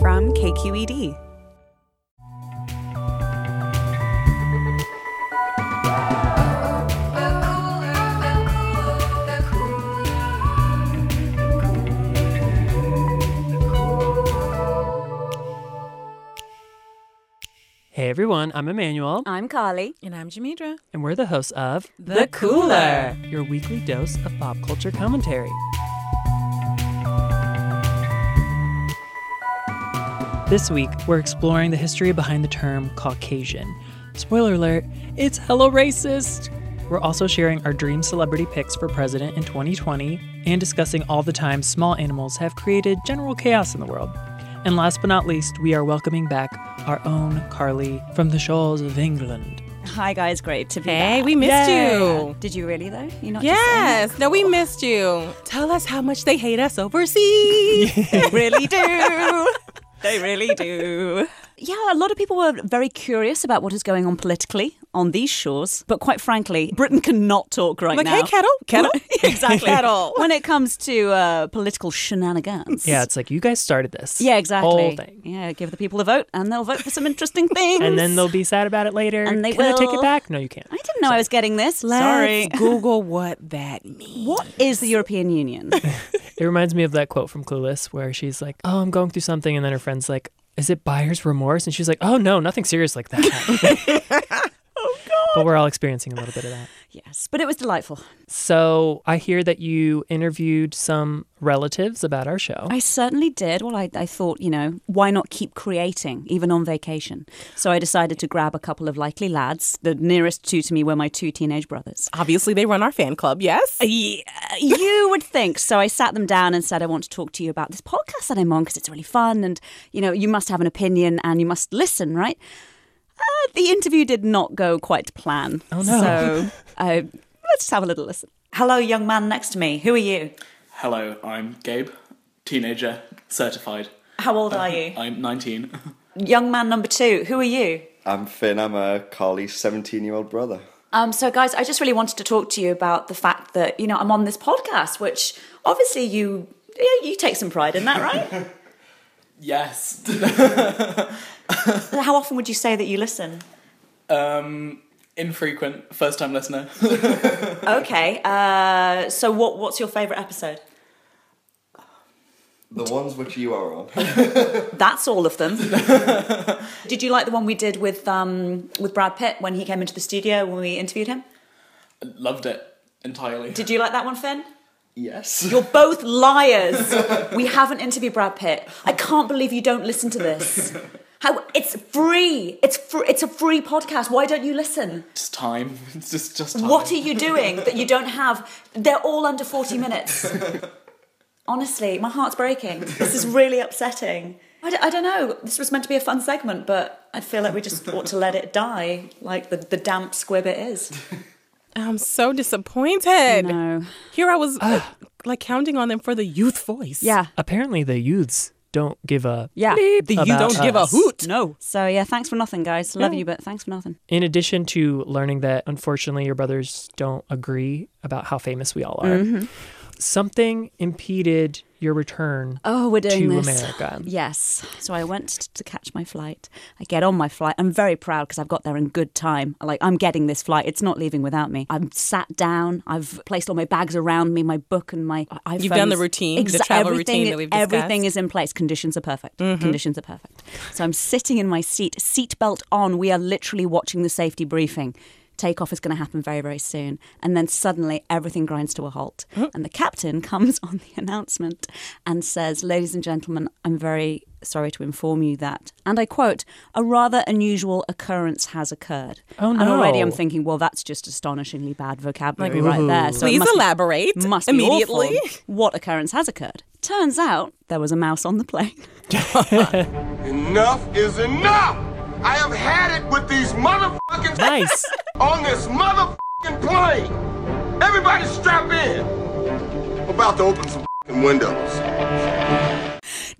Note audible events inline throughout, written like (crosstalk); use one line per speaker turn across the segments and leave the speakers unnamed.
from E KQED.
Hey everyone, I'm Emmanuel,
I'm Carly.
And I'm Jamidra.
and we're the hosts of
The Cooler.
your weekly dose of pop culture commentary. This week, we're exploring the history behind the term Caucasian. Spoiler alert, it's hello racist! We're also sharing our dream celebrity picks for president in 2020 and discussing all the times small animals have created general chaos in the world. And last but not least, we are welcoming back our own Carly from the shores of England.
Hi guys, great to be
Hey,
back.
we missed you.
Did you really though? You're not just saying that?
Yes, no, we missed you. Tell us how much they hate us overseas. they really do. They really do.
Yeah, a lot of people were very curious about what is going on politically on these shores, but quite frankly, Britain cannot talk right
Like,
now.
hey, kettle, (laughs)
Kettle. exactly.
Kettle.
When it comes to uh, political shenanigans.
Yeah, it's like you guys started this.
Yeah, exactly.
Whole thing.
Yeah, give the people a vote and they'll vote for some interesting
(laughs)
things.
And then they'll be sad about it later.
And they
Can I take
will.
it back? No, you can't.
I didn't know I was getting this. Sorry.
Let's Google what that means.
What is the European
(laughs)
Union?
It reminds me of that quote from Clueless where she's like, "Oh, I'm going through something," and then her friend's like, "Is it buyer's remorse?" And she's like, "Oh no, nothing serious like that." (laughs) oh God!
(laughs) Oh,
But we're all experiencing a little bit of that.
yes, but it was delightful.
So I hear that you interviewed some relatives about our show.
I certainly did. Well, I, I thought, you know, why not keep creating, even on vacation? So I decided to grab a couple of likely lads. The nearest two to me were my two teenage brothers.
Obviously, they run our fan club, yes?
Yeah, uh, you (laughs) would think. So I sat them down and said, I want to talk to you about this podcast that I'm on because it's really fun. And, you know, you must have an opinion and you must listen, right? Uh, the interview did not go quite to plan. Oh,
no.
So uh, let's just have a little listen. Hello, young man next to me. Who are you?
Hello, I'm Gabe, teenager, certified.
How old are you?
I'm 19.
Young man number two. Who are you?
I'm Finn. I'm a Carly's 17 year old brother.
Um, so, guys, I just really wanted to talk to you about the fact that you know I'm on this podcast, which obviously you yeah, you take some pride in that, (laughs) right?
(laughs) yes.
How often would you say that you listen?
um, infrequent, first time listener. (laughs)
Okay, uh, so what what's your favorite episode?
The ones which you are on.
That's all of (laughs) them. did you like the one we did with um, with Brad Pitt when he came into the studio when we interviewed him?
Loved it entirely.
Did you like that one, Finn?
yes.
You're both liars. we haven't interviewed Brad Pitt. I can't believe you don't listen to this. How it's free. It's free. It's a free podcast. Why don't you listen?
Just time. (laughs) It's just, just time.
What are you doing that you don't have? They're all under 40 minutes. Honestly, my heart's breaking. This is really upsetting. I don't, I don't know. This was meant to be a fun segment, but I feel like we just ought to let it die like the, the damp squib it is.
I'm so disappointed.
No.
Here I was uh, like counting on them for the youth voice.
Apparently, the youths don't give a.
Yeah.
The youth
About
don't give a
us.
hoot.
No. So, yeah, thanks for nothing, guys. Love you, but thanks for nothing.
In addition to learning that, unfortunately, your brothers don't agree about how famous we all are,
Mm-hmm.
something impeded your return.
Oh, we're doing
to
this.
(laughs)
America.
Yes. So I went t- to catch my flight. I get on my flight. I'm very proud because I've got there in good time. Like I'm getting this flight. It's not leaving without me. I'm sat down. I've placed all my bags around me, my book and my iPhone.
You've done the routine, the travel
everything,
routine that we've
Everything
discussed.
is in place. Conditions are perfect. Conditions are perfect. So I'm sitting in my seat, seatbelt on. We are literally watching the safety briefing. Takeoff is going to happen very, very soon. And then suddenly everything grinds to a halt. And the captain (laughs) comes on the announcement and says, Ladies and gentlemen, I'm very sorry to inform you that, and I quote, a rather unusual occurrence has occurred.
Oh,
And already I'm
no.
thinking, well, that's just astonishingly bad vocabulary right
ooh.
there. So it
Please
must be-
elaborate
must be
immediately.
awful. What occurrence has occurred? Turns out there was a mouse on the plane. (laughs)
Enough is enough! I have had it with these motherfucking
Nice.
on this motherfucking plane! Everybody strap in! I'm about to open some fucking windows.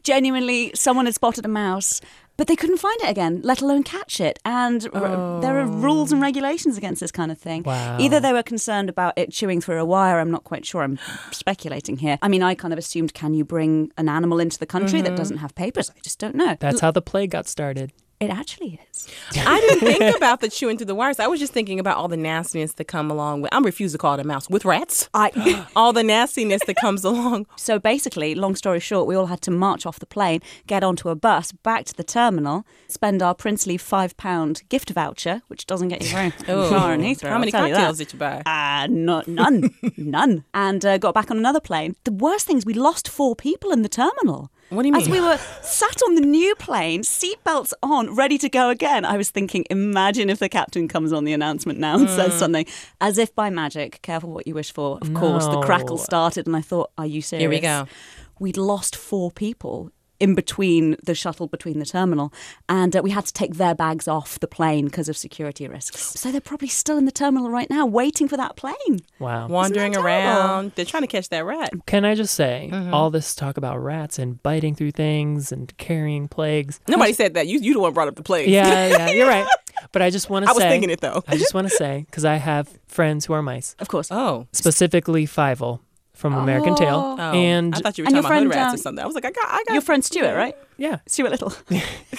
Genuinely, someone had spotted a mouse. But they couldn't find it again, let alone catch it. And r- there are rules and regulations against this kind of thing.
Wow.
Either they were concerned about it chewing through a wire, I'm not quite sure, I'm speculating here. I mean, I kind of assumed can you bring an animal into the country that doesn't have papers? I just don't know.
That's how the plague got started.
it actually is.
I didn't think about the chewing through the wires. I was just thinking about all the nastiness that come along with. I refuse to call it a mouse with rats.
I.
All the nastiness that comes
(laughs)
along.
So basically, long story short, we all had to march off the plane, get onto a bus, back to the terminal, spend our princely five pound gift voucher, which doesn't get you
(laughs)
very far in Heathrow.
Oh, How many
I'll tell you that.
cocktails did you buy?
Uh, no,
(laughs)
none, none. And uh, got back on another plane. The worst thing is we lost four people in the terminal.
What do you
As
mean?
we were sat on the new plane, seatbelts on, ready to go again, I was thinking, imagine if the captain comes on the announcement now and
Mm.
says something. As if by magic, careful what you wish for. Of course, the crackle
No.
started, and I thought, are you serious?
Here we go.
We'd lost four people in between the shuttle between the terminal and uh, we had to take their bags off the plane because of security risks so they're probably still in the terminal right now waiting for that plane
Wow.
Wandering
Isn't that terrible?
around. They're trying to catch that rat.
Can I just say,
Mm-hmm.
all this talk about rats and biting through things and carrying
(laughs)
plagues.
Nobody said that. You you the one brought up the plague.
Yeah, yeah, you're right. But I just want
(laughs)
to
I
say.
was thinking it though.
I just want to say, because I have friends who
(laughs)
are mice,
of course
Oh.
specifically Fievel from American Tail.
Oh,
and
I thought you were
and
talking
your
about hood
friend,
rats
uh,
or something. I was like, I got, I got
your friend stuart right
yeah,
stuart little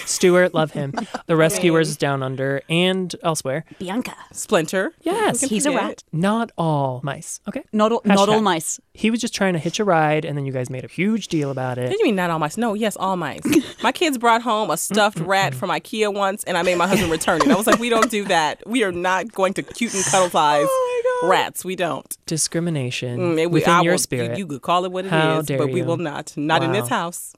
Stuart, love
(laughs)
him. The Rescuers Down Under and elsewhere.
bianca
Splinter.
Yes.
he's a
forget.
rat
Not all mice. Okay.
not all, not all
Hashtag.
mice
He was just trying to hitch a ride, and then you guys made a huge deal about
What do
it.
you mean not all mice? No, yes, all
(laughs)
mice. my kids brought home a stuffed rat from IKEA once, and I made my husband return it. I was like, we don't do that. We are not going to cute and
(laughs) Oh
cuddleize rats. We don't.
Discrimination
Mm, it- we-
within
I
your
will-
spirit.
You, could call it what it is,
How dare
but we
you.
will not. Not in this
Wow.
house.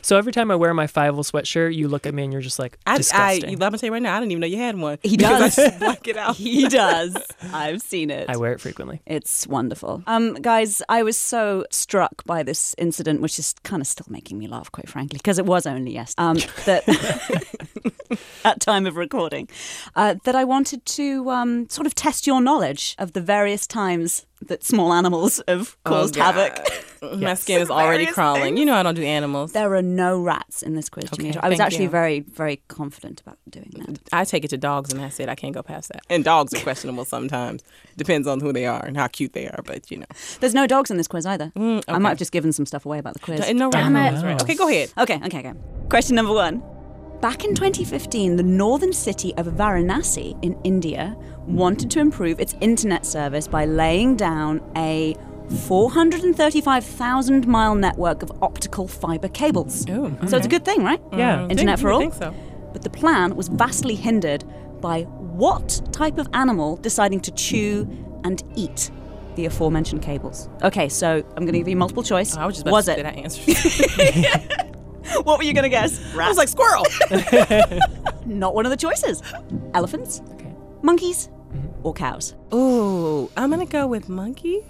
So every time I wear my Fievel sweatshirt, you look at me and you're just like,
I, I,
disgusting. I,
let me tell you right now, I didn't even know you had one.
He
Because
does.
I just black it
(laughs)
out.
he
(laughs)
does i've seen it
wear it frequently.
It's wonderful. Um, guys, I was so struck by this incident, which is kind of still making me laugh, quite frankly, because it was only yesterday. Um,
(laughs)
that at time of recording, uh, that I wanted to um, sort of test your knowledge of the various times that small animals have caused
God.
havoc.
Mm-hmm. My skin is already crawling. You know I don't do animals.
There are no rats in this quiz, Janita. I was
thank
actually
you.
very, very confident about doing that.
I take it to dogs, and I said I can't go past that. And dogs are questionable sometimes. Depends on who they are and how cute they are. But you know,
There's no dogs in this quiz either.
Mm,
I might have just given some stuff away about the quiz.
And no
Damn
rats.
it.
Wow.
Okay, go ahead.
Okay, okay, okay. Question number one. Back in 2015, the northern city of Varanasi in India wanted to improve its internet service by laying down a 435,000 mile network of optical fiber cables. So it's a good thing, right?
Yeah. Mhm.
Internet
Oh, Think-
for all.
think so.
But the plan was vastly hindered by what type of animal deciding to chew and eat the aforementioned cables? Okay, so I'm going to give you multiple choice.
I was just about to say
it?
that I (laughs) answered.
What were you going to guess?
I was like squirrel.
(laughs) Not one of the choices. Elephants,
Okay.
monkeys, or cows.
Ooh, I'm gonna go with monkeys.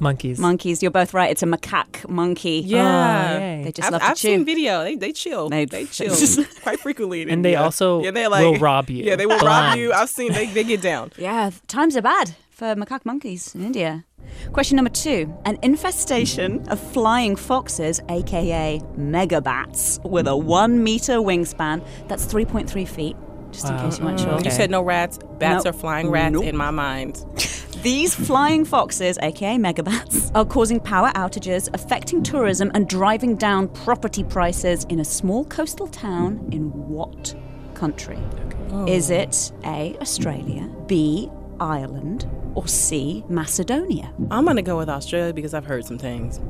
Monkeys.
Monkeys, you're both right. It's a macaque monkey. Ah.
Yeah.
yay.
They just
I've,
love to
I've
chew.
seen video. They they chill. They,
They- (laughs)
chill (laughs) quite frequently. in
And they
India.
also will rob you
Yeah, they will rob
blind.
you. I've seen they they get down.
Yeah, th- times are bad for macaque monkeys in India. Question number two An infestation of flying foxes, aka megabats, with a one meter wingspan that's 3.3 feet, just in case you weren't sure.
You said no rats. Bats
No.
are flying rats
Nope.
in my mind.
These flying foxes, aka megabats, are causing power outages, affecting tourism, and driving down property prices in a small coastal town in what country? Is it A, Australia, B, Ireland, or C, Macedonia?
I'm gonna go with Australia because I've heard some things.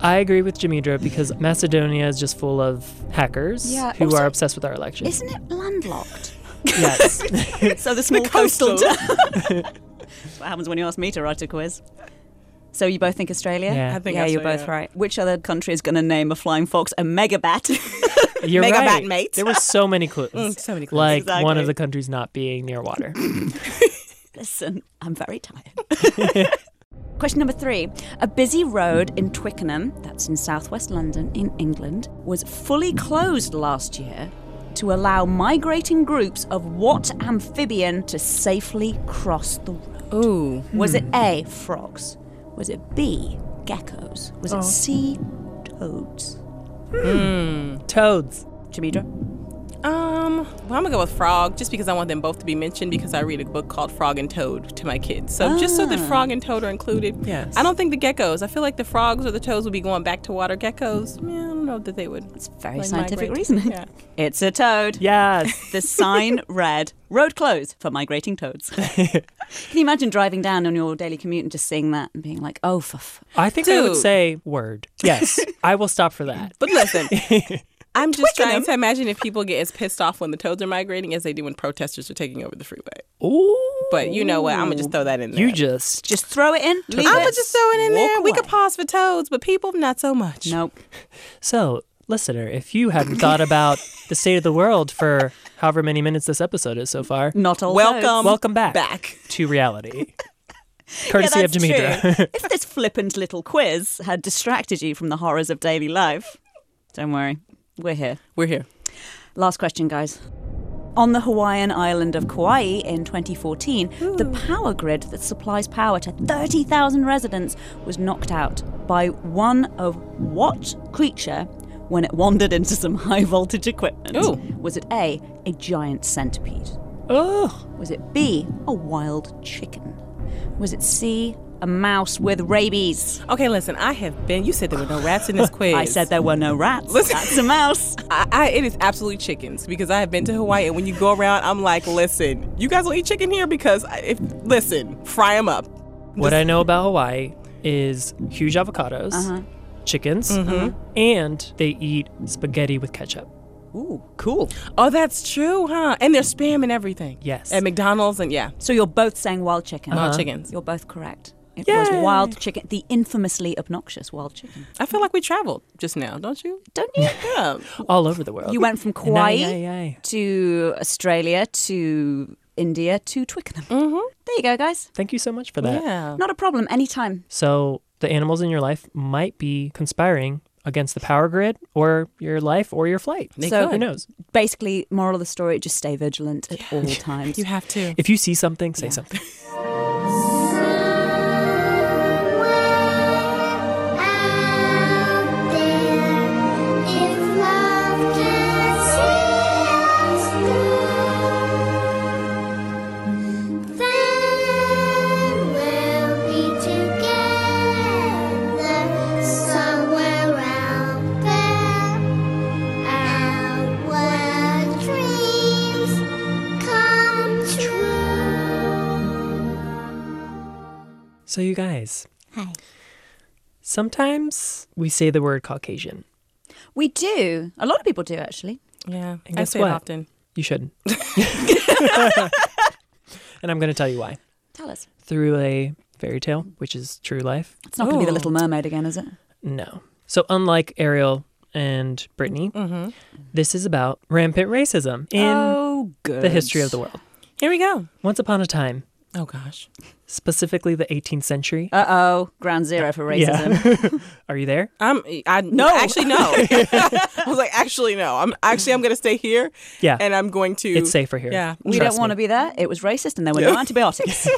I agree with Jamidra because Macedonia is just full of hackers
Yeah,
who
also-
are obsessed with our elections.
Isn't it landlocked?
(laughs)
(laughs)
Yes.
so the small coastal,
coastal.
town. (laughs) That's what happens when you ask me to write a quiz. So you both think Australia?
Yeah. I
think
yeah, you're
Australia.
both right. Which other country is going to name a flying fox a megabat? (laughs)
You're
Mega
right.
bat mate.
There were so
(laughs)
many clues.
so many clues.
Like one
Exactly.
of the countries not being near water.
Listen, I'm very tired. (laughs) Question number three. A busy road in Twickenham, that's in southwest London in England, was fully closed last year to allow migrating groups of what amphibian to safely cross the road?
Ooh. hmm.
Was it A, frogs? Was it B,
Oh.
geckos? Was it C, toads?
Toads.
Jamidra?
Um, well, I'm gonna go with Frog just because I want them both to be mentioned because I read a book called Frog and Toad to my kids. So just so that Frog and Toad are included.
Yes.
I don't think the geckos. I feel like the frogs or the toads would be going back to water. Geckos, yeah, I don't know that they would.
It's very
Like
scientific
migrate.
reasoning.
Yeah.
It's a toad.
Yes.
The
(laughs)
sign read, road closed for migrating toads. Can you imagine driving down on your daily commute and just seeing that and being like, oh, for f-
I think I would
Dude.
say word.
(laughs)
Yes. I will stop for that.
But
(laughs)
listen, I'm just trying to imagine if people get as pissed off when the toads are migrating as they do when protesters are taking over the freeway.
Ooh.
But you know what? I'm gonna just throw that in there.
You just
just throw it in.
I'm (laughs)
Leave
gonna
it.
just throw it in
Walk
there. We could
away.
pause for toads, but people not so much.
Nope.
So, listener, if you hadn't thought about the state of the world for however many minutes this episode is so far,
Not all
Welcome.
toads.
welcome back,
Back.
to reality.
(laughs) Yeah,
Courtesy of
that's
(laughs)
Demetra.
true. if this flippant little quiz had distracted you from the horrors of daily life, don't worry. We're here.
We're here.
Last question, guys. On the Hawaiian island of Kauai in 2014, the power grid that supplies power to 30,000 residents was knocked out by one of what creature when it wandered into some (laughs) high voltage equipment?
Ooh.
Was it A, a giant centipede?
Oh,
Was it B, a wild chicken? Was it C, a mouse with rabies?
Okay, listen. I have been. You said there were no rats (laughs) in this quiz.
I said there were no rats. That's a mouse.
I, I, it is absolutely chickens because I have been to Hawaii and when you go around, I'm like, listen, you guys will eat chicken here because I- if listen, fry them up.
(laughs) what I know about Hawaii is huge avocados,
Uh-huh.
chickens,
Mm-hmm.
and they eat spaghetti with ketchup.
Ooh, cool.
Oh, that's true, huh? And they're spam and everything.
Yes.
At McDonald's and yeah,
So you're both saying wild chicken.
wild
Uh-huh.
chickens.
You're both correct. It was wild chicken, the infamously obnoxious wild chicken.
I feel like we traveled just now, don't you?
Don't you?
Yeah.
All over the
(laughs)
world.
you
(laughs)
went from
And
Kauai
aye, aye, aye.
to Australia to India to Twickenham. There you go, guys.
Thank you so much for that.
yeah.
Not a problem. Anytime.
So the animals in your life might be conspiring against the power grid or your life or your flight.
So-
who knows?
Basically, moral of the story: just stay vigilant at
(laughs)
all times.
You have to.
If you see something, say something.
If love can see us then we'll be together somewhere out there. Our dreams come true.
So, you guys,
Hi.
sometimes we say the word Caucasian.
We do. A lot of people do actually.
Yeah.
And
I
guess
say
what?
it often.
You shouldn't. (laughs) and I'm going to tell you why.
Tell us.
Through a fairy tale, which is true life.
It's not going to be the
Ooh.
Little Mermaid again, is it?
No. So, unlike Ariel and Brittany, this is about rampant racism in
oh, good.
the history of the world.
Here we go.
Once upon a time,
Oh gosh.
specifically the 18th century.
Ah,
Uh oh, ground zero for
(laughs)
racism.
Are you there?
I'm. I no. Actually, (laughs) no. I was like, actually, no. I'm actually. I'm gonna stay here.
Yeah.
And I'm going to.
It's safer here.
Yeah.
We
Trust
don't want
me.
to be there. It was racist, and there were no
(laughs)
antibiotics.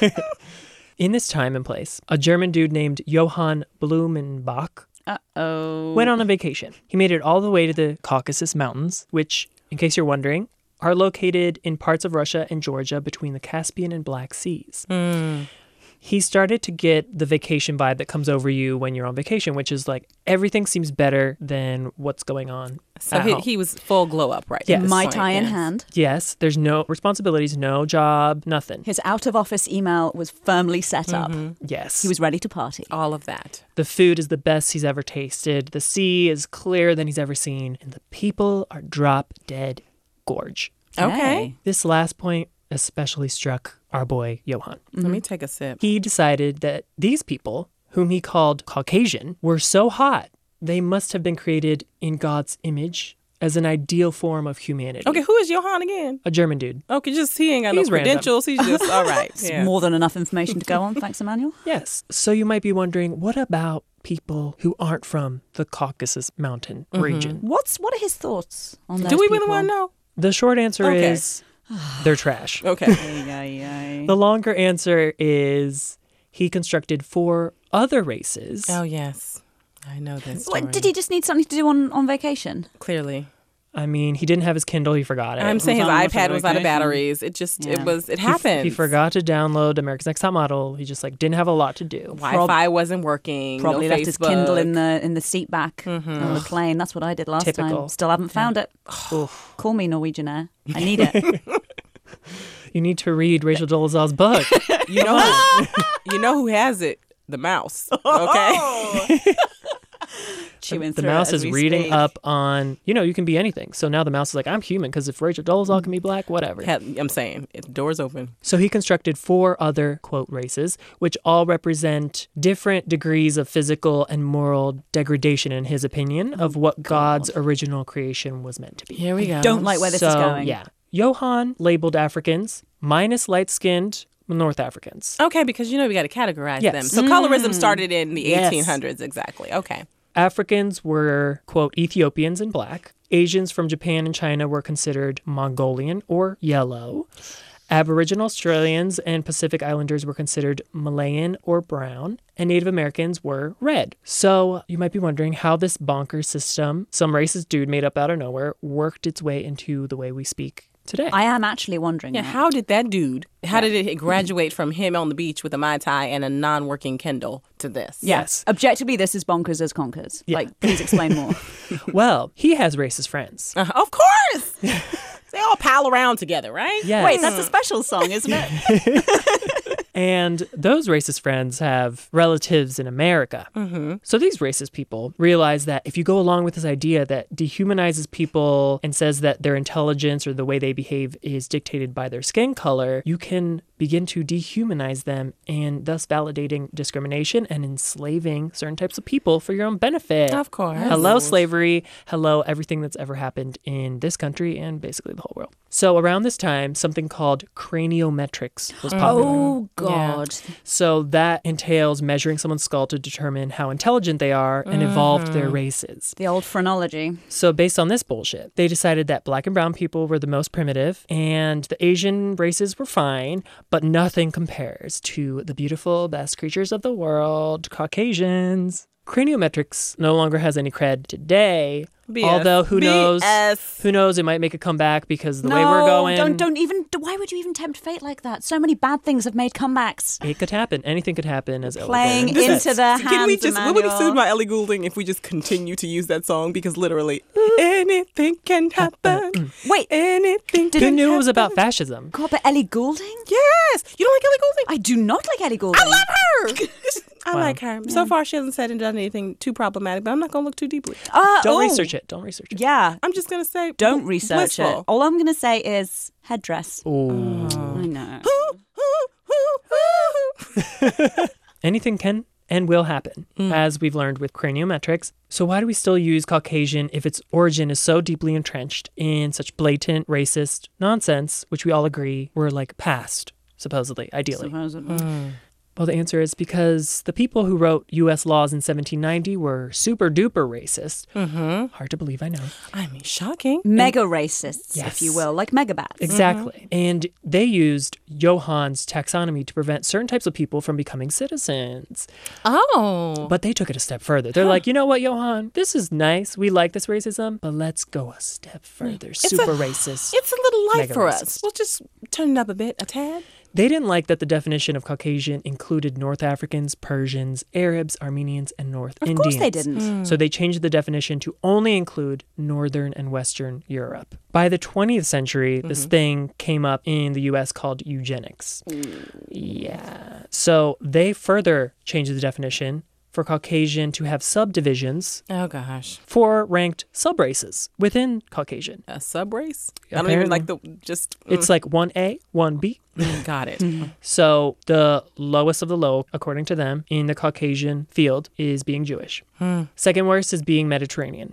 In this time and place, a German dude named Johann Blumenbach
uh oh.
went on a vacation. He made it all the way to the Caucasus Mountains, which, in case you're wondering, are located in parts of Russia and Georgia between the Caspian and Black Seas.
Hmm.
He started to get the vacation vibe that comes over you when you're on vacation, which is like everything seems better than what's going on.
So
at
he,
home.
he was full glow up, right?
Yes.
My
Point,
tie in
yes.
hand.
yes, there's no responsibilities, no job, nothing.
His out of office email was firmly set up.
Mm-hmm. Yes.
He was ready to party.
All of that.
The food is the best he's ever tasted. The sea is clearer than he's ever seen. And the people are drop dead gorge.
Okay.
Hey.
This last point especially struck our boy Johan.
Let me take a sip.
He decided that these people, whom he called Caucasian, were so hot, they must have been created in God's image as an ideal form of humanity.
Okay, who is Johan again?
A German dude.
Okay, just he ain't got
He's
no
random.
credentials. He's just all (laughs) right.
It's
yeah.
more than enough information to go
(laughs)
on. Thanks, Emmanuel.
Yes. So you might be wondering what about people who aren't from the Caucasus mountain
Mm-hmm.
region?
What's what are his thoughts on that?
Do we really want to know?
The short answer
Okay. (sighs)
is they're trash.
Okay.
know?
The longer answer is he constructed four other races.
oh yes, I know this.
did he just need something to do on, on vacation?
Clearly,
I mean, he didn't have his Kindle. He forgot it.
I'm saying his
on with
iPad
the
was out of
vacation.
batteries. It just
Yeah.
it was it
He f-
happened.
He forgot to download America's Next Top Model. He just like didn't have a lot to do.
Wi-Fi wasn't working.
Probably
no
left his Kindle in
Facebook.
the in the seat back on the plane. That's what I did last
Mm-hmm. Typical.
time. Still haven't found it.
(sighs) Oof.
Call me Norwegian Air. I need
(laughs)
it.
You need to read Rachel Dolezal's book.
(laughs) You know, you know who has it? The (laughs) mouse. Okay.
Chewing
(laughs) the
through it
mouse
as
is
we
reading
speak.
up on you know you can be anything. So now the mouse is like I'm human because if Rachel Dolezal can be black, whatever.
Had- I'm saying it, doors open.
So he constructed four other quote races, which all represent different degrees of physical and moral degradation, in his opinion, of what God's original creation was meant to be.
Here we go.
Don't like where this is
So,
going.
Yeah. Johann labeled Africans minus light skinned North Africans.
Okay, because you know we got to categorize
Yes.
them. So colorism started in the
Yes.
1800s, exactly. Okay.
Africans were, quote, Ethiopians and black. Asians from Japan and China were considered Mongolian or yellow. Aboriginal Australians and Pacific Islanders were considered Malayan or brown, and Native Americans were red. So you might be wondering how this bonker system, some racist dude made up out of nowhere, worked its way into the way we speak today.
I am actually wondering.
Yeah.
that.
How did that dude? How did it graduate from him on the beach with a mai tai and a non-working Kindle to this?
yes.
Objectively, this is bonkers as conkers. Like, please
(laughs)
explain more.
Well, he has racist friends.
Uh, (laughs) of course. (laughs) they all pile around together, right?
Yes.
Wait, that's a special song, isn't (laughs) it?
And those racist friends have relatives in America. Mm-hmm. So these racist people realize that if you go along with this idea that dehumanizes people and says that their intelligence or the way they behave is dictated by their skin color, you can begin to dehumanize them and thus validating discrimination and enslaving certain types of people for your own benefit.
Of course.
Hello, slavery. Hello, everything that's ever happened in this country and basically the whole world. So, around this time, something called craniometrics was popular.
oh, God.
So that entails measuring someone's skull to determine how intelligent they are and evolved their
Mm-hmm.
races.
The old phrenology.
So based on this bullshit, they decided that black and brown people were the most primitive and the Asian races were fine, but nothing compares to the beautiful best creatures of the world, Caucasians. Craniometrics no longer has any cred today.
BS.
Although who knows?
BS.
Who knows? It might make a comeback because the way we're going,
don't don't even. Why would you even tempt fate like that? So many bad things have made comebacks.
It could happen. Anything could happen. As Ella
Playing
Goulding says.
into their hands.
Can we just? Would we be sued
Emmanuel.
by Ellie Goulding if we just continue to use that song? Because literally, anything
Uh,
can happen.
Wait,
Anything.
Who
can
knew it was
(laughs)
happen.
about fascism?
God, but Ellie Goulding?
Yes, you don't like Ellie Goulding.
I do not like Ellie Goulding. I love (laughs)
her. I like her. So far, she hasn't said and done anything too problematic, but I'm not going to look too deeply.
(laughs) Don't research it. Don't research it.
Yeah,
I'm just going to say,
Oh. don't
bl-
research it.
blissful.
All I'm going to say is headdress. I know.
Anything can and will happen, as we've learned with craniometrics. So why do we still use Caucasian if its origin is so deeply entrenched in such blatant racist nonsense, which we all agree we're like past, supposedly, ideally? Well, the answer is because the people who wrote U.S. laws in 1790 were super duper racist. Mm-hmm. Hard to believe, I know.
(laughs) I mean, shocking.
Mega racists,
Yes.
if you will, like megabats.
Exactly. And they used Johann's taxonomy to prevent certain types of people from becoming citizens.
Oh.
But they took it a step further. They're like, you know what, Johan? This is nice. We like this racism, but let's go a step
Hmm.
further. Super racist.
It's a little light
Mega
for
racist.
us. We'll just turn it up a bit, a tad.
They didn't like that the definition of Caucasian included North Africans, Persians, Arabs, Armenians, and North
Of
Indians.
course they didn't. Hmm.
So they changed the definition to only include Northern and Western Europe. By the 20th century,
Mm-hmm.
this thing came up in the US called eugenics. Yeah. So they further changed the definition for Caucasian to have subdivisions
Oh, gosh.
for ranked subraces within Caucasian.
A sub race? I don't even like the, just,
It's like 1A, 1B.
mm, got it. (laughs)
So the lowest of the low, according to them, in the Caucasian field is being Jewish. Second worst is being Mediterranean.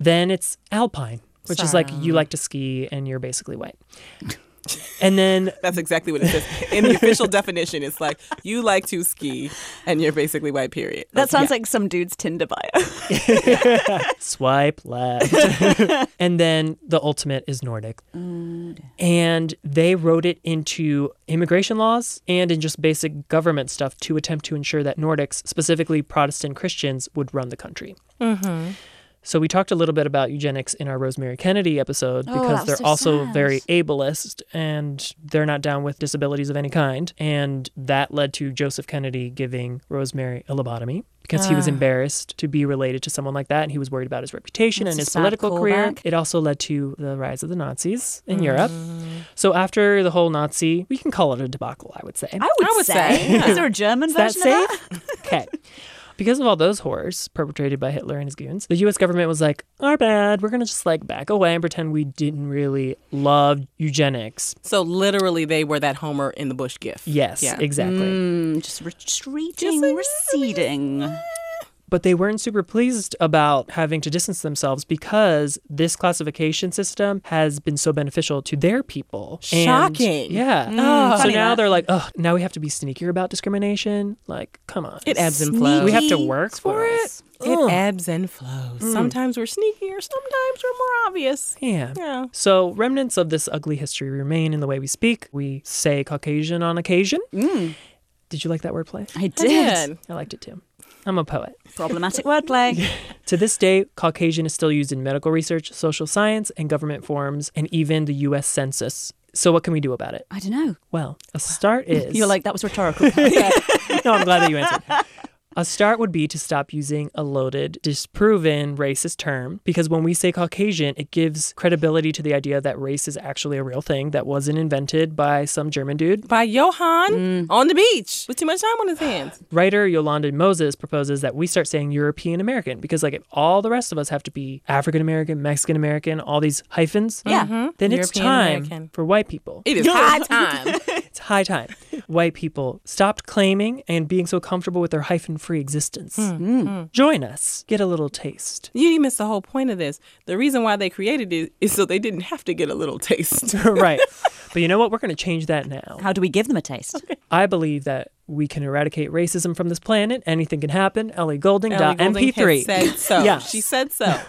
then it's Alpine, which is like you like to ski and you're basically white. and then
That's exactly what it says. In the official definition, it's like, you like to ski and you're basically white, period.
That sounds like some dude's Tinder bio.
swipe left. and then the ultimate is Nordic. And they wrote it into immigration laws and in just basic government stuff to attempt to ensure that Nordics, specifically Protestant Christians, would run the country. So we talked a little bit about eugenics in our Rosemary Kennedy episode
Oh,
because
that was
they're
so
also
sad.
very ableist and they're not down with disabilities of any kind. And that led to Joseph Kennedy giving Rosemary a lobotomy because he was embarrassed to be related to someone like that and he was worried about his reputation
That's
and
a
his
sad
political career.
callback.
It also led to the rise of the Nazis
Mm.
in Europe. So after the whole Nazi, we can call it a debacle, I would say.
I would,
I would
say.
say, yeah.
Is there a German
Is that
version of that?
safe?
(laughs)
okay. Because of all those horrors perpetrated by Hitler and his goons, the US government was like, our bad. We're going to just like back away and pretend we didn't really love eugenics.
So literally, they were that Homer in the bush gif.
Yes,
Yeah.
exactly.
Mm, just retreating, receding.
But they weren't super pleased about having to distance themselves because this classification system has been so beneficial to their people. And-
Shocking. Mm.
yeah. so
funny
now
that.
they're like, oh, now we have to be sneakier about discrimination. Like, come on.
It ebbs and flows.
We have to
Sneaky
work for it.
It ebbs and flows. Sometimes we're sneakier, sometimes we're more obvious.
Yeah.
Yeah.
So remnants of this ugly history remain in the way we speak. We say Caucasian on occasion.
Mm.
Did you like that wordplay?
I
I
did.
did.
I liked it too. I'm a poet.
Problematic wordplay.
To this day, Caucasian is still used in medical research, social science, and government forms, and even the U.S. Census. So what can we do about it?
I don't know.
Well, a start
(laughs)
is
You're like, that was rhetorical.
(laughs)
Pat."
(laughs) no, I'm
(laughs)
glad that you answered. A start would be to stop using a loaded, disproven racist term because when we say Caucasian, it gives credibility to the idea that race is actually a real thing that wasn't invented by some German dude.
By Johan
Mm.
on the beach with too much time on his hands.
Writer Yolanda Moses proposes that we start saying European American because, like, if all the rest of us have to be African American, Mexican American, all these hyphens,
Yeah.
then it's
European
time
American.
for white people.
(laughs) It
(laughs)
is high time.
It's
(laughs)
high time white people stopped claiming and being so comfortable with their hyphen free existence.
Hmm.
Join us, get a little taste. (laughs)
You missed the whole point of this. The reason why they created it is so they didn't have to get a little taste.
right. But you know what? We're going to change that now.
How do we give them a taste?
I believe that we can eradicate racism from this planet. Anything can happen. Ellie
(laughs)
Golding.
Ellie
dot
Goulding has
MP3.
said (laughs) so.
Yeah.
She said so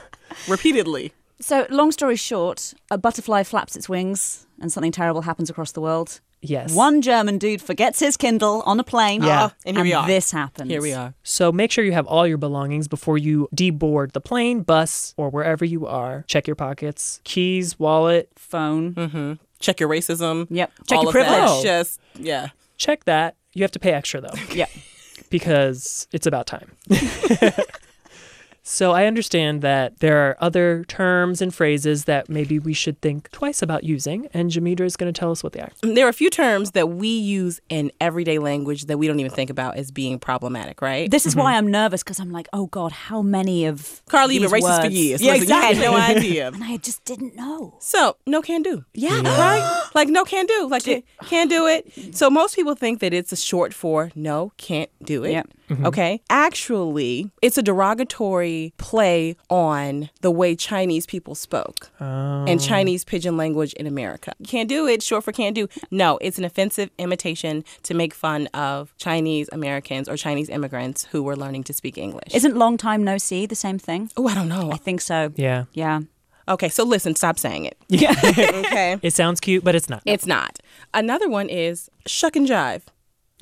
repeatedly.
So, long story short, a butterfly flaps its wings and something terrible happens across the world.
yes.
One German dude forgets his Kindle on a plane. Ah,
Yeah.
and here we are.
this happens.
Here we are.
So make sure you have all your belongings before you deboard the plane, bus, or wherever you are. Check your pockets, keys, wallet.
(laughs)
Phone.
Check your racism.
Yep. Check
all
your
of that.
privilege.
Just yeah.
Check that. You have to pay extra
(laughs)
though.
Yeah.
because it's about time. (laughs) so I understand that there are other terms and phrases that maybe we should think twice about using, and Jamidra is going to tell us what they are.
there are a few terms that we use in everyday language that we don't even think about as being problematic, right?
This is why I'm nervous because I'm like, oh God, how many of
Carly, Mm-hmm.
these
you've been racist for
words-
years.
Yeah,
Listen,
exactly.
You had no idea. (laughs)
And I just didn't know.
So no can do.
Yeah.
Right? Like no can do. Like it- can't do it. So most people think that it's a short for no can't do it.
Yep.
Okay. Actually, it's a derogatory play on the way Chinese people spoke and Chinese pidgin language in America. Can't do it, short for can't do. No, it's an offensive imitation to make fun of Chinese Americans or Chinese immigrants who were learning to speak English.
Isn't long time no see the same thing?
oh, I don't know.
I think so.
Yeah.
Yeah.
Okay, so listen, stop saying it. (laughs) okay.
It sounds cute, but it's not.
It's not. Another one is shuck and jive.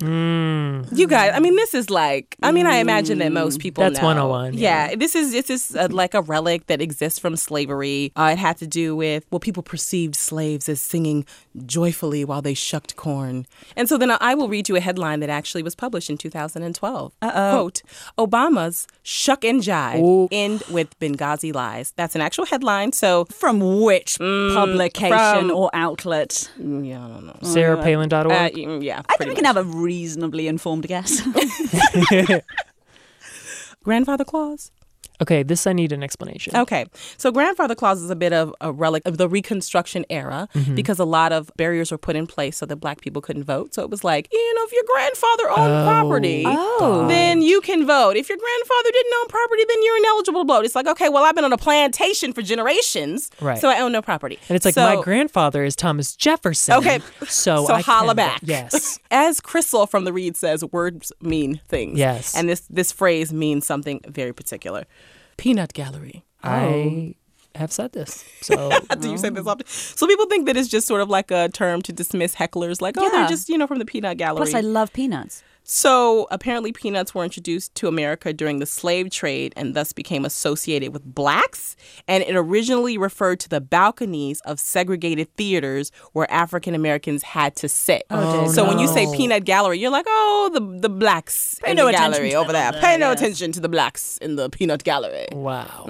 You guys, I mean, this is like, I mean, I imagine that most people
That's
know.
101,
Yeah, this is this is uh like a relic that exists from slavery. Uh, it had to do with well, people perceived slaves as singing joyfully while they shucked corn. And so then I will read you a headline that actually was published in 2012. Uh-oh. Quote: Obama's shuck and jive end with Benghazi lies. That's an actual headline. So mm,
From which publication
from-
or outlet?
yeah, I don't know.
SarahPalin.org.
Uh, yeah,
I
pretty
think we
much.
can have a reasonably informed
(laughs)
guess.
grandfather clause.
okay, this I need an explanation.
Okay. So grandfather clause is a bit of a relic of the Reconstruction era
Mm-hmm.
because a lot of barriers were put in place so that black people couldn't vote. So it was like, you know, if your grandfather
Oh,
owned property, then you can vote. If your grandfather didn't own property, then you're ineligible to vote. It's like, okay, well, I've been on a plantation for generations,
Right.
so I own no property.
And it's like,
So-
my grandfather is Thomas Jefferson.
Okay.
So,
so
I
holla
can-
back.
Yes.
As Crystal from the Reed says, words mean things.
Yes.
And this this phrase means something very particular. Peanut gallery.
I have said this.
(laughs)
So
Do you say this often? So people think that it's just sort of like a term to dismiss hecklers, like, oh,
Yeah.
they're just, you know, from the peanut gallery.
Plus, I love peanuts.
So apparently, peanuts were introduced to America during the slave trade and thus became associated with blacks. And it originally referred to the balconies of segregated theaters where African Americans had to sit.
Oh, dear
so when you say
God.
peanut gallery, you're like, oh, the the blacks in
no
the
attention
gallery
to
over
them
there.
over there,
Pay no
yes.
attention to the blacks in the peanut gallery.
Wow.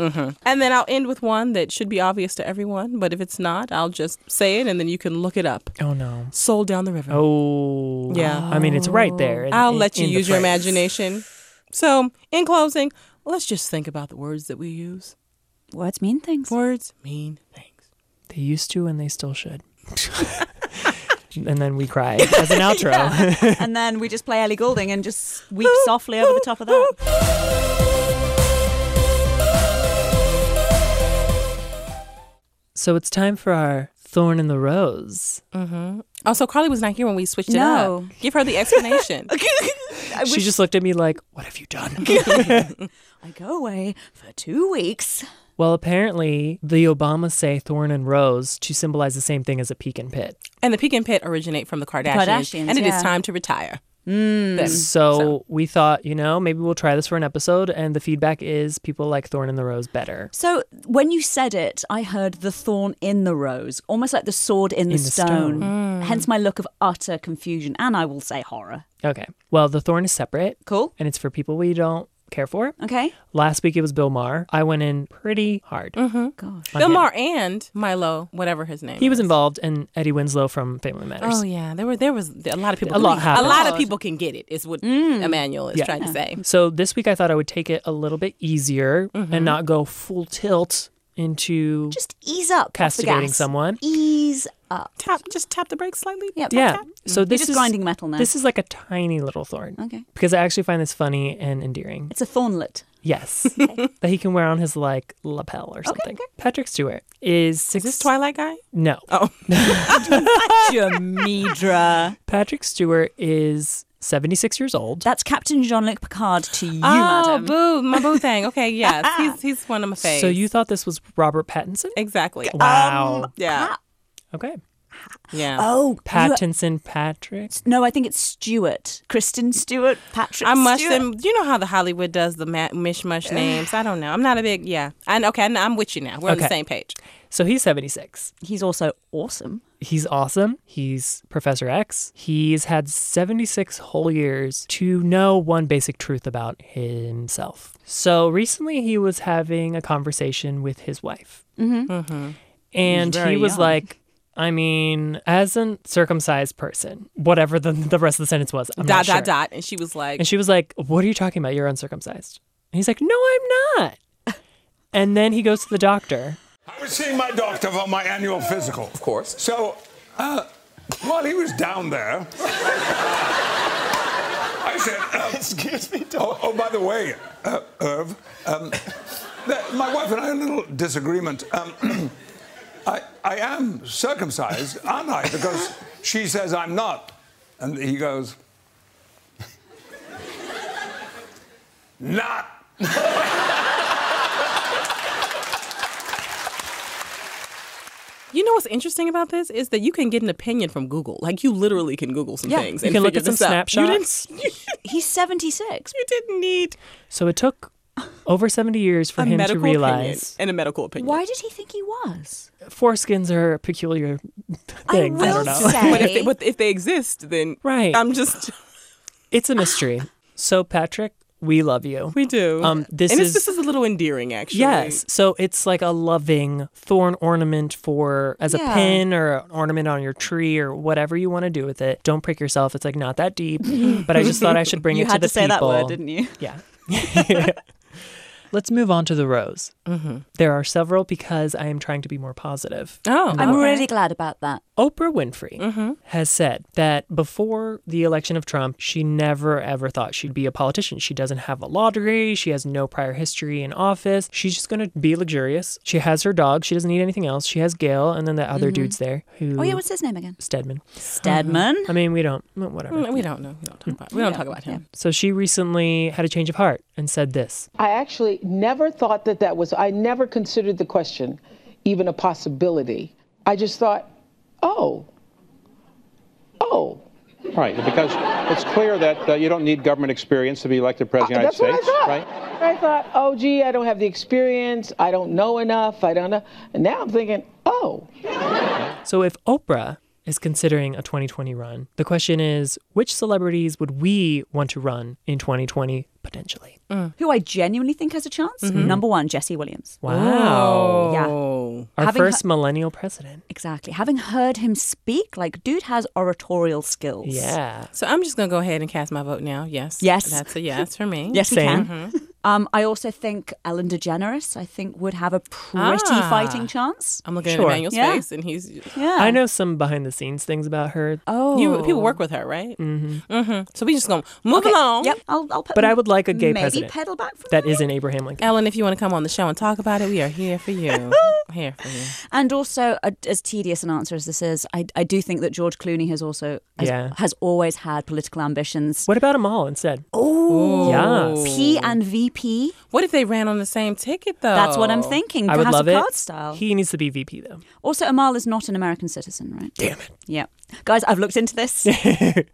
And then I'll end with one that should be obvious to everyone, but if it's not, I'll just say it and then you can look it up.
Oh no.
Sold down the river.
Oh.
Yeah.
I mean, it's right there. in-
I'll
in-
let you
in the
use your
phrase.
imagination. So, in closing, let's just think about the words that we use.
Words mean things.
Words mean things.
They used to, and they
(laughs)
still should. and then we cry as an outro.
(laughs) and then we just play Ellie Goulding and just
(laughs)
weep softly over the top of that.
So it's time for our thorn in the rose.
Also, Carly was not here when we switched it
No.
up. Give her
(laughs)
the explanation.
she just looked at me like, "What have you
(laughs)
done?"
I go away for two weeks.
well, apparently, the Obamas say thorn and rose to symbolize the same thing as a peak and pit.
and the Peek and Pit originate from the Kardashians.
Kardashians,
and it is
yeah.
time to retire. Mm.
So, we thought, you know, maybe we'll try this for an episode. And the feedback is people like thorn in the rose better.
So when you said it, I heard the thorn in the rose, almost like the sword in the,
the
stone. Hence my look of utter confusion and I will say horror.
Okay. Well, the thorn is separate,
Cool.
and it's for people we don't care for.
Okay.
Last week it was Bill Maher. I went in pretty hard.
Gosh.
Bill Maher and Milo, whatever his name
He was
is.
involved, and Eddie Winslow from Family Matters.
Oh yeah, there were there was a lot of people.
A
can,
lot
a
happened.
lot of people can get it. Is what
Mm.
Emmanuel is
Yeah.
trying to say.
So this week I thought I would take it a little bit easier and not go full tilt into
Just ease up. off the
castigating
gas.
someone.
Ease up.
Tap, just tap the brakes slightly.
Yeah.
Yeah. So this
just
is
grinding metal now.
This is like a tiny little thorn.
Okay.
Because I actually find this funny and endearing.
It's a thornlet.
Yes. that he can wear on his like lapel or something. Patrick Stewart is six.
Is this Twilight guy?
No. Oh.
(laughs)
Jamidra.
Patrick Stewart is seventy six years old.
That's Captain Jean-Luc Picard to you,
Ah.
oh,
madam.
boo, my boo thing. (laughs) Okay, yes, he's he's one of my faves.
So you thought this was Robert Pattinson?
exactly?
Um,
Wow.
yeah,
okay.
yeah.
Oh, you-
Pattinson Patrick.
No, I think it's Stewart. Kristen Stewart, Patrick
I must.
Stewart.
Im- you know how the Hollywood does the ma- mishmash names. I don't know. I'm not a big yeah. And okay, I- I'm with you now. We're on the
Okay.
same page.
So he's seventy six.
He's also awesome.
He's awesome. He's Professor X. He's had 76 whole years to know one basic truth about himself. So recently he was having a conversation with his wife. Mm-hmm. And
very
he was
young.
like, I mean, as a circumcised person, whatever the, the rest of the sentence was, I'm
Dot
not sure.
dot dot. And she was like,
And she was like, What are you talking about? You're uncircumcised. And he's like, No, I'm not. And then he goes to the doctor.
I was seeing my doctor for my annual physical. Of course. So, uh, while he was down there, I said, uh,
Excuse me,
oh, oh, by the way, uh, Irv, um, that- my wife and I had a little disagreement. Um, (clears throat) I, I am circumcised, aren't I? Because she says I'm not. And he goes, not.
you know what's interesting about this is that you can get an opinion from Google. Like you literally can Google some
Yeah.
things.
You
and
can look
figure
at some
this out. You didn't-
snapshots.
(laughs) You didn't,
He's 76.
you didn't need
So it took over 70 years for
a
him to
medical opinion
realize.
and a medical opinion.
Why did he think he was?
foreskins are a peculiar thing. I,
will
don't know.
say-
But if, they, but if they exist, then
(laughs) Right.
I'm just (laughs)
It's a mystery. so Patrick, we love you.
we do.
Um, this
and
is-
it's, this is a little endearing, actually.
Yes. So it's like a loving thorn ornament for as
Yeah.
a pin or an ornament on your tree or whatever you want to do with it. Don't prick yourself. It's like not that deep. but I just thought I should
(laughs)
bring
You
it
had
to the
to say that word,
people.
didn't you?
Yeah. Let's move on to the rose.
Mm-hmm.
There are several because I am trying to be more positive.
Oh,
(laughs) I'm really glad about that.
Oprah Winfrey
Mm-hmm.
has said that before the election of Trump, she never ever thought she'd be a politician. She doesn't have a law degree. She has no prior history in office. She's just going to be luxurious. She has her dog. She doesn't need anything else. She has Gail and then that other dude's there who.
Mm-hmm. Oh, yeah, what's his name again?
Stedman.
Uh-huh. Stedman.
I mean, we don't, well, whatever.
Mm.
we don't know. We don't talk about, we don't talk about him.
So she recently had a change of heart and said this
I actually never thought that that was, I never considered the question even a possibility. I just thought, oh, oh.
Right, because It's clear that uh, you don't need government experience to be elected president of
Uh, That's
the
what I
United States,
thought.
right?
I thought, oh, gee, I don't have the experience. I don't know enough. I don't know. And now I'm thinking, oh,
So if Oprah is considering a 2020 run, the question is which celebrities would we want to run in 2020 potentially?
Who I genuinely think has a chance?
Mm-hmm.
Number one, Jesse Williams.
Wow.
Yeah.
Our
Having
first
he-
millennial president.
exactly. Having heard him speak, like, dude has oratorial skills.
Yeah.
So I'm just going to go ahead and cast my vote now. Yes.
Yes.
That's a yes for me.
Yes,
Same.
he can. (laughs) Um, I also think Ellen DeGeneres, I think, would have a pretty
Ah.
fighting chance.
I'm looking
Sure.
at Emmanuel's
Yeah.
face, and he's.
Yeah.
I know some behind the scenes things about her,
Oh.
You, people work with her, right? Mm-hmm. Mm-hmm. So we just going to move along.
Yep. I'll, I'll pe-
but I would like a gay
maybe
president
pedal back from
that isn't Abraham Lincoln.
Ellen, if you want to come on the show and talk about it, we are here for
(laughs)
you. here for you.
And also, uh, as tedious an answer as this is, I, I do think that George Clooney has also has,
Yeah.
has always had political ambitions.
What about them all instead?
Oh,
Yeah.
P and VP.
What if they ran on the same ticket, though?
That's what I'm thinking.
I would
House
love
of
it.
Cards style.
He needs to be
(laughs)
VP though.
also, Amal is not an American citizen, right?
Damn it.
Yeah, guys, I've looked into
(laughs)
this.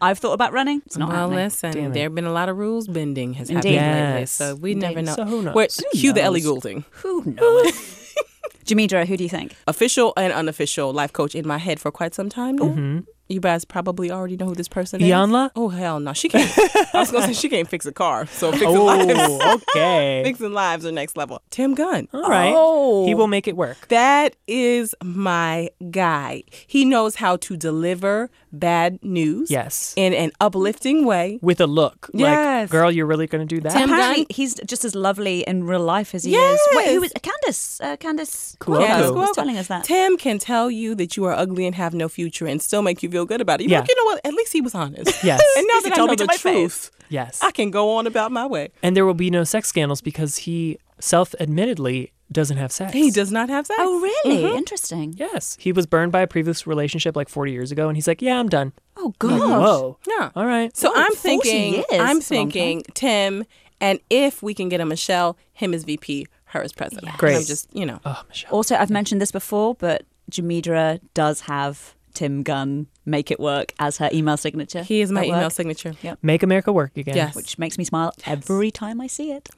I've thought about running.
Oh,
It's not
well,
happening.
listen, there have been a lot of rules bending has happened
Indeed.
lately,
Yes.
so we
Indeed.
never know.
So who knows?
Where-
Who
cue the
knows?
Ellie Goulding.
Who knows?
(laughs)
Jamidra, who do you think?
Official and unofficial life coach in my head for quite some time now.
Mm-hmm.
You guys probably already know who this person
Yanla?
is. Oh, hell no. She can't. I was going to say she can't fix a car, so
(laughs)
fixing lives.
Oh, okay.
(laughs) fixing lives are next level. Tim Gunn.
All right.
Oh.
He will make it work.
That is my guy. He knows how to deliver bad news
Yes.
in an uplifting way.
With a look. Like,
Yes.
girl, you're really going to do that?
Tim-
Apparently,
Gunn?
he's just as lovely in real life as he
Yes.
is. Wait, who was Candace? Uh, Candace
Cuoco.
Cuoco
Candace
was
Cuoco.
telling us that.
Tim can tell you that you are ugly and have no future and still make you feel good about it. You're
Yeah.
like, you know what? At least he was honest.
(laughs) Yes.
and now
At least he
that I
told
know
me to
the
my
truth,
yes.
I can go on about my way.
And there will be no sex scandals because he self admittedly doesn't have sex.
He does not have sex.
Oh, really?
Mm-hmm.
Interesting.
Yes. He was burned by a previous relationship like 40 years ago, and he's like, yeah, I'm done.
Oh,
Like,
gosh.
Whoa.
Yeah.
All right. Oh,
So I'm
40
thinking,
years.
I'm
That's a long time.
thinking, Tim, and if we can get a Michelle, him as VP, her as president.
Great.
I'm just, you know.
oh, Michelle.
Also, I've mentioned this before, but Jamidra does have Tim Gunn make it work as her email signature.
He is my
at
email
work,
signature.
Make America work again.
Yes.
which makes me smile every time I see
(laughs)
it.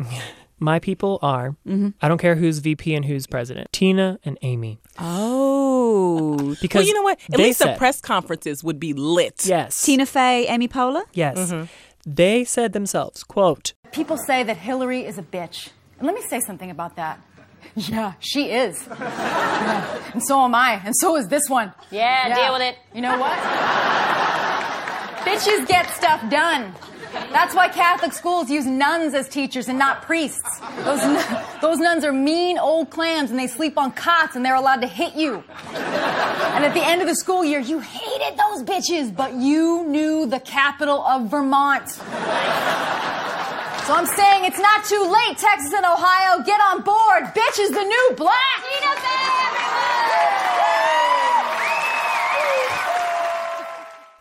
My people are,
Mm-hmm.
I don't care who's VP and who's president, Tina and Amy.
Oh,
Because
well, you know what? At
they
least the
said-
press conferences would be lit.
Yes.
Tina Fey, Amy Poehler.
Yes.
Mm-hmm.
They said themselves, quote,
People say that Hillary is a bitch. And let me say something about that. (laughs) Yeah, she is. (laughs) Yeah. And so am I. And so is this one. Yeah, deal with it. You know what? Bitches get stuff done. That's why Catholic schools use nuns as teachers and not priests. Those, nun- those nuns are mean old clams and they sleep on cots and they're allowed to hit you. And at the end of the school year, you hated those bitches, but you knew the capital of Vermont. So I'm saying it's not too late, Texas and Ohio. Get on board. Bitch is the new black.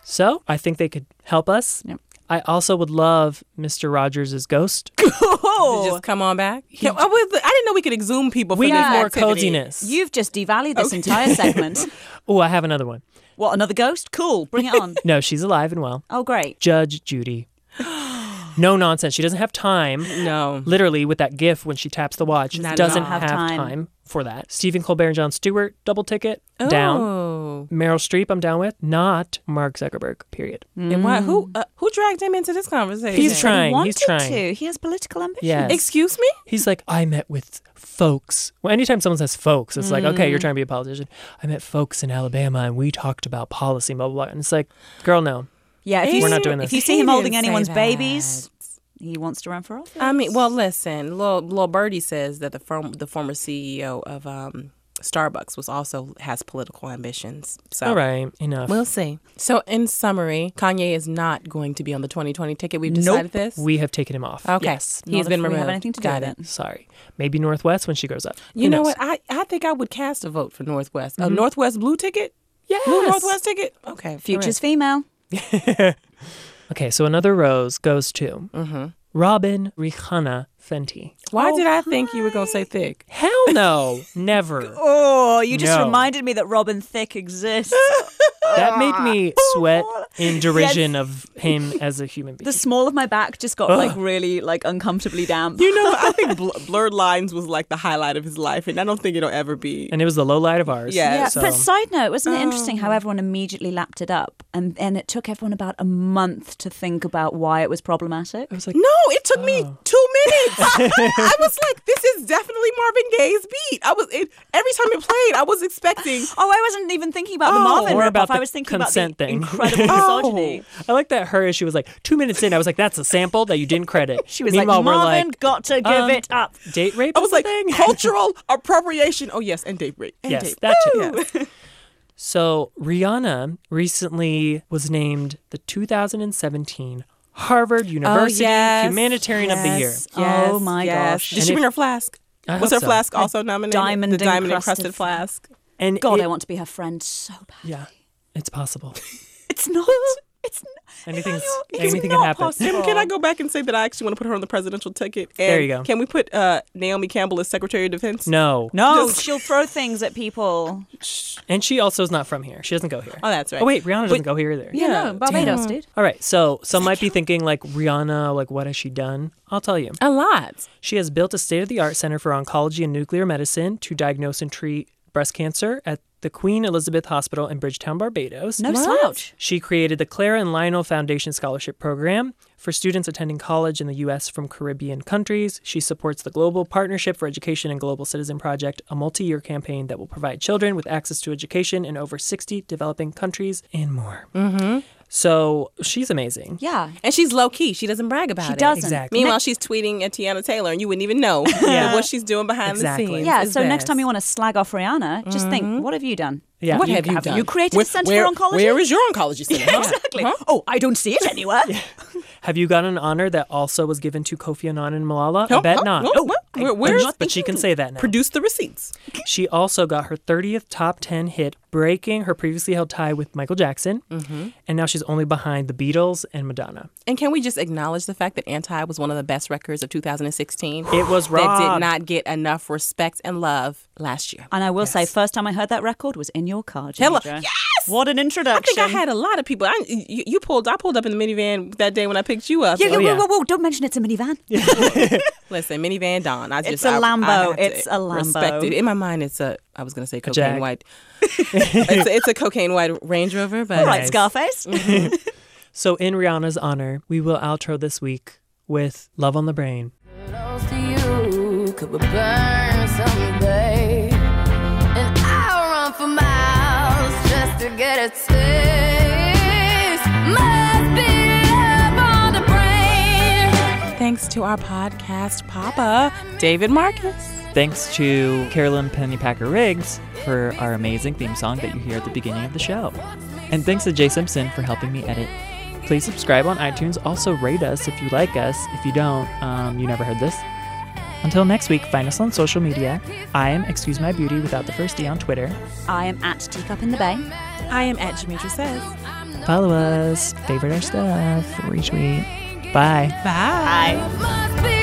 So I think they could help us.
Yep.
I also would love Mr. Rogers' ghost.
To just come on back. Yeah, I, was- I didn't know we could exhume people for
We
this
need more
activity.
coziness.
You've just devalued this entire
(laughs)
segment.
oh, I have another one.
what, another ghost? Cool, bring it
(laughs)
on.
No, she's alive and well.
Oh, great.
(gasps)
Judge Judy. No nonsense. She doesn't have time.
No.
Literally, with that gif when she taps the watch,
Not at
doesn't
all.
have,
Have
time.
time.
for that. Stephen Colbert and John Stewart, double ticket, down.
Oh.
Meryl Streep, I'm down with. Not Mark Zuckerberg, period.
And why? Who uh, who dragged him into this conversation?
He's
He
trying.
wanted
He's trying.
to. He has political ambition.
Yes.
Excuse me.
He's like, I met with folks. Well, anytime someone says folks, it's like, okay, you're
Mm.
trying to be a politician. I met folks in Alabama and we talked about policy, blah, blah, blah. And it's like, girl, no.
Yeah, if
We're
you,
not doing
if
this.
you see
He
him holding
didn't say
anyone's
that.
babies, he wants to run for
Uh,
office.
I mean, well, listen. Lil, Lil Birdie says that the firm, the former CEO of um, Starbucks, was also has political ambitions. So.
All right, enough.
Oh. We'll see. So, in summary, Kanye is not going to be on the 2020 ticket. We've decided this.
we have taken him off.
okay.
Yes.
He's
Not
been
if we have
removed.
anything to do
Got
with
it.
it.
Sorry. Maybe Northwest when she grows up. Who
You know
knows?
what? I, I think I would cast a vote for Northwest. A Northwest blue ticket? Blue
Yes.
Northwest ticket? Okay.
Future's female.
Okay, so another rose goes to Robin Rihanna Fenty.
Why did I think you were going to say thick?
Hell no, (laughs) never.
Oh, you just
No.
reminded me that Robin Thicke exists.
That made me sweat in derision
Yes.
of him as a human
(laughs)
being.
the small of my back just got
Ugh.
like really like uncomfortably damp.
You know, I (laughs) think bl- Blurred Lines was like the highlight of his life, and I don't think it'll ever be.
And it was the low light of ours.
Yeah,
Yeah,
so-
but side note, wasn't
Oh.
it interesting how everyone immediately lapped it up, and and it took everyone about a month to think about why it was problematic. I
was like,
No, it took me two minutes. (laughs) I was like, this is definitely Marvin Gaye's beat. I was it, every time it played, I was (laughs) expecting.
oh, I wasn't even thinking about the
Oh.
Marvin
Or
ripoff.
about
I
the
was thinking
consent
about the
thing. (laughs)
incredible
Oh.
misogyny.
I like that her issue was like two minutes in. I was like, that's a sample that you didn't credit.
(laughs) She was
Meanwhile,
like,
we're
Marvin
like,
got to give
um,
it up.
date rape.
I
is
was
a
like,
thing?
cultural appropriation. Oh yes, and date rape. And
yes,
date
that too.
rape. Yeah.
So Rihanna recently was named the 2017 Harvard University
yes.
Humanitarian of the Year.
Yes,
Oh
yes,
my
yes.
gosh.
Did
And
she
if-
win her flask?
I
was
hope
her
so.
flask also nominated?
diamond
the diamond
encrusted
encrusted flask.
And
God,
it-
I want to be her friend so bad.
Yeah, it's possible.
It's (laughs) not. It's n-
Anything's
It's
anything can
not
happen.
possible.
Tim, can I go back and say that I actually want to put her on the presidential ticket? And
There you go.
Can we put uh, Naomi Campbell as Secretary of Defense?
No,
no. She'll throw things at people.
and she also is not from here. She doesn't go here.
Oh, that's right.
Oh wait, Rihanna doesn't go here either.
Yeah, no, Barbados, dude.
All right, so some might be thinking like Rihanna, like what has she done? I'll tell you.
A lot.
She has built a state of the art center for oncology and nuclear medicine to diagnose and treat breast cancer at the Queen Elizabeth Hospital in Bridgetown, Barbados.
No slouch.
She created the Clara and Lionel Foundation Scholarship Program for students attending college in the U.S. from Caribbean countries. She supports the Global Partnership for Education and Global Citizen Project, a multi year campaign that will provide children with access to education in over 60 developing countries and more. Mm-hmm. So she's amazing.
Yeah.
And she's low key. She doesn't brag about
She
it.
doesn't.
Exactly.
Meanwhile, she's tweeting at Tiana Taylor, and you wouldn't even know
(laughs) Yeah.
what she's doing behind
Exactly.
the scenes.
Yeah,
It's
so next
best.
time you want to slag off Rihanna, just think, what have you done?
Yeah.
what
You
have you
have-
done?
you created
Where-
a center
where-
for oncology?
Where is your oncology center? Huh?
Exactly. Oh, I don't see it anywhere.
Have you got an honor that also was given to Kofi Annan and Malala? I
Nope,
bet
nope,
not.
nope, nope.
I
Where-
bet
where's-
not, but she can say that now.
Produce the receipts.
Oh, She also got her 30th top 10 hit, breaking her previously held tie with Michael Jackson.
Mm-hmm.
And now she's only behind the Beatles and Madonna.
And can we just acknowledge the fact that Anti was one of the best records of 2016?
It was
that
robbed.
did not get enough respect and love last year.
And I will say, first time I heard that record was in your car,
Hello.
Ginger. What an introduction.
I think I had a lot of people. I, you, you pulled. I pulled up in the minivan that day when I picked you up.
Yeah, yeah,
Oh, yeah.
Whoa, whoa, whoa, don't mention it's a minivan.
Listen, minivan Don. I just
a
I- I
Lambo.
have to
It's a Lambo.
Respect it. In my mind, it's a. I was gonna say cocaine
(laughs)
Jag.
white. it's, a, it's a cocaine white Range Rover, but
All right,
Nice.
Scarface.
So, in Rihanna's honor, we will outro this week with Love on the Brain.
close to you could we burn someday and i'll run for miles just to get a taste must be love on the brain
thanks to our podcast papa, David Marcus.
Thanks to Carolyn Pennypacker Riggs for our amazing theme song that you hear at the beginning of the show. And thanks to Jay Simpson for helping me edit. Please subscribe on iTunes. Also, rate us if you like us. If you don't, um, you never heard this. Until next week, find us on social media. I am Excuse My Beauty Without the First D on Twitter.
I am at Teacup in the Bay.
I am at Jamitra says.
Follow us, favorite our stuff, retweet. Bye.
Bye.
must be